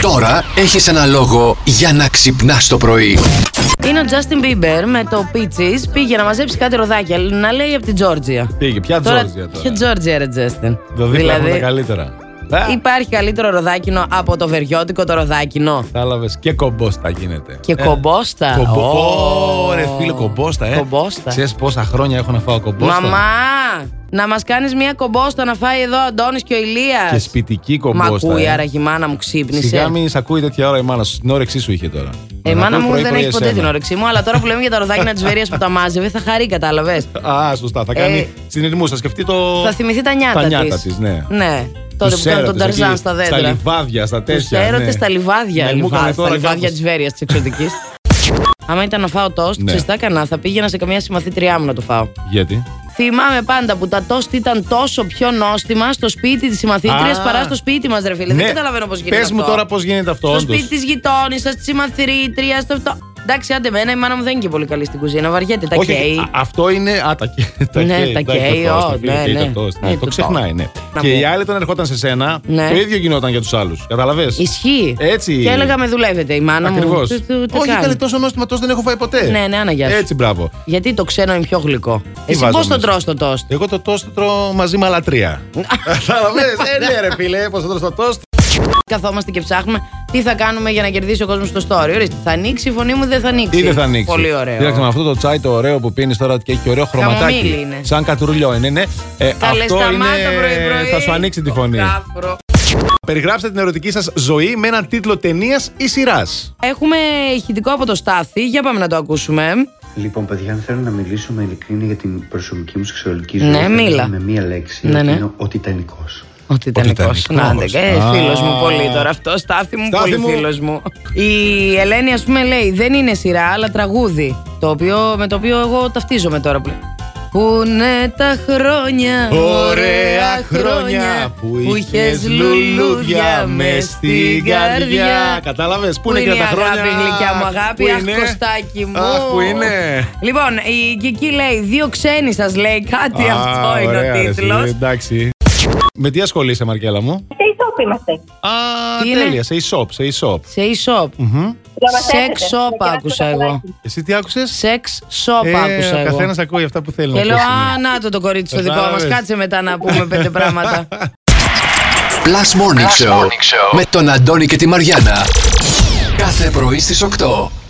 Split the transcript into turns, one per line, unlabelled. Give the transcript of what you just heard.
Τώρα έχεις ένα λόγο για να ξυπνάς το πρωί.
Είναι ο Justin Bieber με το Peaches πήγε να μαζέψει κάτι ροδάκια. Να λέει από την Τζόρτζια.
Πήγε. Ποια
Τώρα-
Τζόρτζια τώρα.
Ποια Τζόρτζια, ρε Justin. Δηλαδή,
Το δίπλα έχουμε τα καλύτερα. Ε,
υπάρχει καλύτερο ροδάκινο από το βεριώτικο το ροδάκινο.
Κατάλαβες και κομπόστα γίνεται.
Και κομπόστα.
Κομπο...
Ω.
Ε, Ω, ρε φίλε, κομπόστα, ε.
Κομπόστα.
Ξέρεις πόσα χρόνια έχω να φάω κομπόστα.
Μαμά, να μας κάνεις μια κομπόστα να φάει εδώ ο Αντώνης και ο Ηλίας.
Και σπιτική
Μα
κομπόστα.
ακούει,
ε.
άρα η μάνα μου ξύπνησε.
Σιγά μην σ' ακούει τέτοια ώρα η μάνα σου. Την όρεξή σου είχε τώρα.
Ε, Η
Να
μάνα
ακούει
μου
πρωί,
δεν
πρωί
έχει ποτέ
εσένα.
την όρεξή μου, αλλά τώρα που λέμε για τα ροδάκινα της Βερία που τα μάζευε, θα χαρεί, κατάλαβες.
Α, σωστά. Θα
Ε,
κάνει συνειρμούς, Θα σκεφτεί το.
Θα θυμηθεί τα νιάτα
Τα
της.
νιάτα της, ναι.
Τότε
Τους
που έκανε τον
έρωτες
Ταρζάν
εκεί,
στα
Στα
δέντρα.
λιβάδια, στα
Τους
τέτοια.
έρωτε
ναι.
στα λιβάδια.
Ναι, μου
λιβά-
έκανε
Στα
τώρα
λιβάδια
κάπως-
της Βέρειας της εξωτικής. Άμα ήταν να φάω τόστ,
Ναι.
ξέρεις τι θα έκανα, θα πήγαινα σε καμιά συμμαθήτριά μου να το φάω.
Γιατί.
Δηλαδή, Θυμάμαι πάντα που τα τόστ ήταν τόσο πιο νόστιμα στο σπίτι της συμμαθήτριας
Α.
παρά στο σπίτι μας, ρε φίλε. Δεν καταλαβαίνω πώς γίνεται.
Πε Ναι. μου
αυτό.
τώρα πώς γίνεται αυτό.
Στο
όντως.
σπίτι της γειτόνισσας, της συμμαθήτριας, στο αυτό. Εντάξει, άντε μένα, η μάνα μου δεν είναι και πολύ καλή στην κουζίνα. Βαριέται τα
Όχι,
κέι.
α- αυτό είναι. Α, τα κέι.
Ναι,
κέι,
τα
εντάξει,
κέι,
το
ω,
toast, φίλε,
ναι,
κέι,
ναι.
το toast,
Ε,
ναι,
το
Το ξεχνάει, ναι.
Να
Και
πω.
οι άλλοι όταν ερχόταν σε σένα,
Ναι.
το ίδιο γινόταν για τους άλλους. Καταλαβέ.
Ισχύει.
Έτσι.
Και έλεγα με δουλεύετε η μάνα
Ακριβώ.
μου. Τι- τι- τι
Όχι,
κάνει.
καλή τόσο νόστιμα, τόσο δεν έχω φάει ποτέ.
Ναι, ναι, άνα γεια σου.
Έτσι, μπράβο.
Γιατί το ξένο είναι πιο γλυκό. Εσύ
βάζω
πώς το
μέσα.
τρώ το τόστ.
Εγώ το τόστ το τρώω μαζί με άλλα τρία.
Ναι.
Κατάλαβε. Ε, ναι, ρε φίλε, πώς θα τρώω το τόστ.
Καθόμαστε και ψάχνουμε τι θα κάνουμε για να κερδίσει ο κόσμος το story. Ορίστε, θα ανοίξει η φωνή μου, δεν θα ανοίξει.
Ή δεν θα ανοίξει.
Πολύ ωραίο.
Κοίταξε με αυτό το τσάι το ωραίο που πίνεις τώρα και έχει και ωραίο χρωματάκι.
Καμομίλι είναι.
Σαν κατουρλιό είναι, ναι. Ε,
Καλέ,
αυτό είναι.
σταμάτα πρωί-πρωί.
Θα σου ανοίξει τη φωνή.
Ο κάφρο.
Περιγράψτε την ερωτική σας ζωή με έναν τίτλο ταινίας ή σειράς.
Έχουμε ηχητικό από το Στάθη. Για πάμε να το ακούσουμε.
Λοιπόν, παιδιά, αν θέλω να μιλήσω με ειλικρίνεια για την προσωπική μου σεξουαλική ζωή,
Ναι,
θα
μίλα.
μιλήσω με μία λέξη.
Ναι,
ότι
ναι.
Είναι ο Τιτανικός.
Ότι ήταν
Τιτανικός. Α.
Φίλος ε, μου πολύ τώρα αυτό. Στάθη μου,
Στάθη
πολύ
μου.
φίλος μου. Η Ελένη, ας πούμε, λέει δεν είναι σειρά, αλλά τραγούδι. Το οποίο, με το οποίο εγώ ταυτίζομαι τώρα που Πού είναι τα χρόνια, ωραία χρόνια που είχες λουλούδια με στην καρδιά.
Κατάλαβες
Πού
πού είναι και τα χρόνια.
αγάπη, γλυκιά μου αγάπη,
Πού
αχ,
είναι?
κοστάκι μου.
Αχ, που είναι.
Λοιπόν, η Κική λέει: Δύο ξένοι σας λέει κάτι,
Α,
αυτό είναι
ωραία,
ο
ρε, φίλε,
τίτλο.
Εντάξει. Με τι ασχολείσαι, Μαρκέλα μου.
Σε ισόπ είμαστε.
Α,
Τι είναι?
τέλεια, σε e-shop, σε e-shop.
Σε e-shop.
Μμμ.
Σεξ shop άκουσα εγώ.
Εσύ τι άκουσες.
Σεξ shop άκουσα
Ε, Ο
εγώ.
καθένας ακούει αυτά που θέλει
Και λέω,
να ακούσει. ναι.
α, να το το κορίτσι το δικό μας,
Κατάλαβες.
κάτσε μετά να πούμε πέντε πράγματα.
Plus Morning, Show, με τον Αντώνη και τη Μαριάνα. Κάθε πρωί στις 8.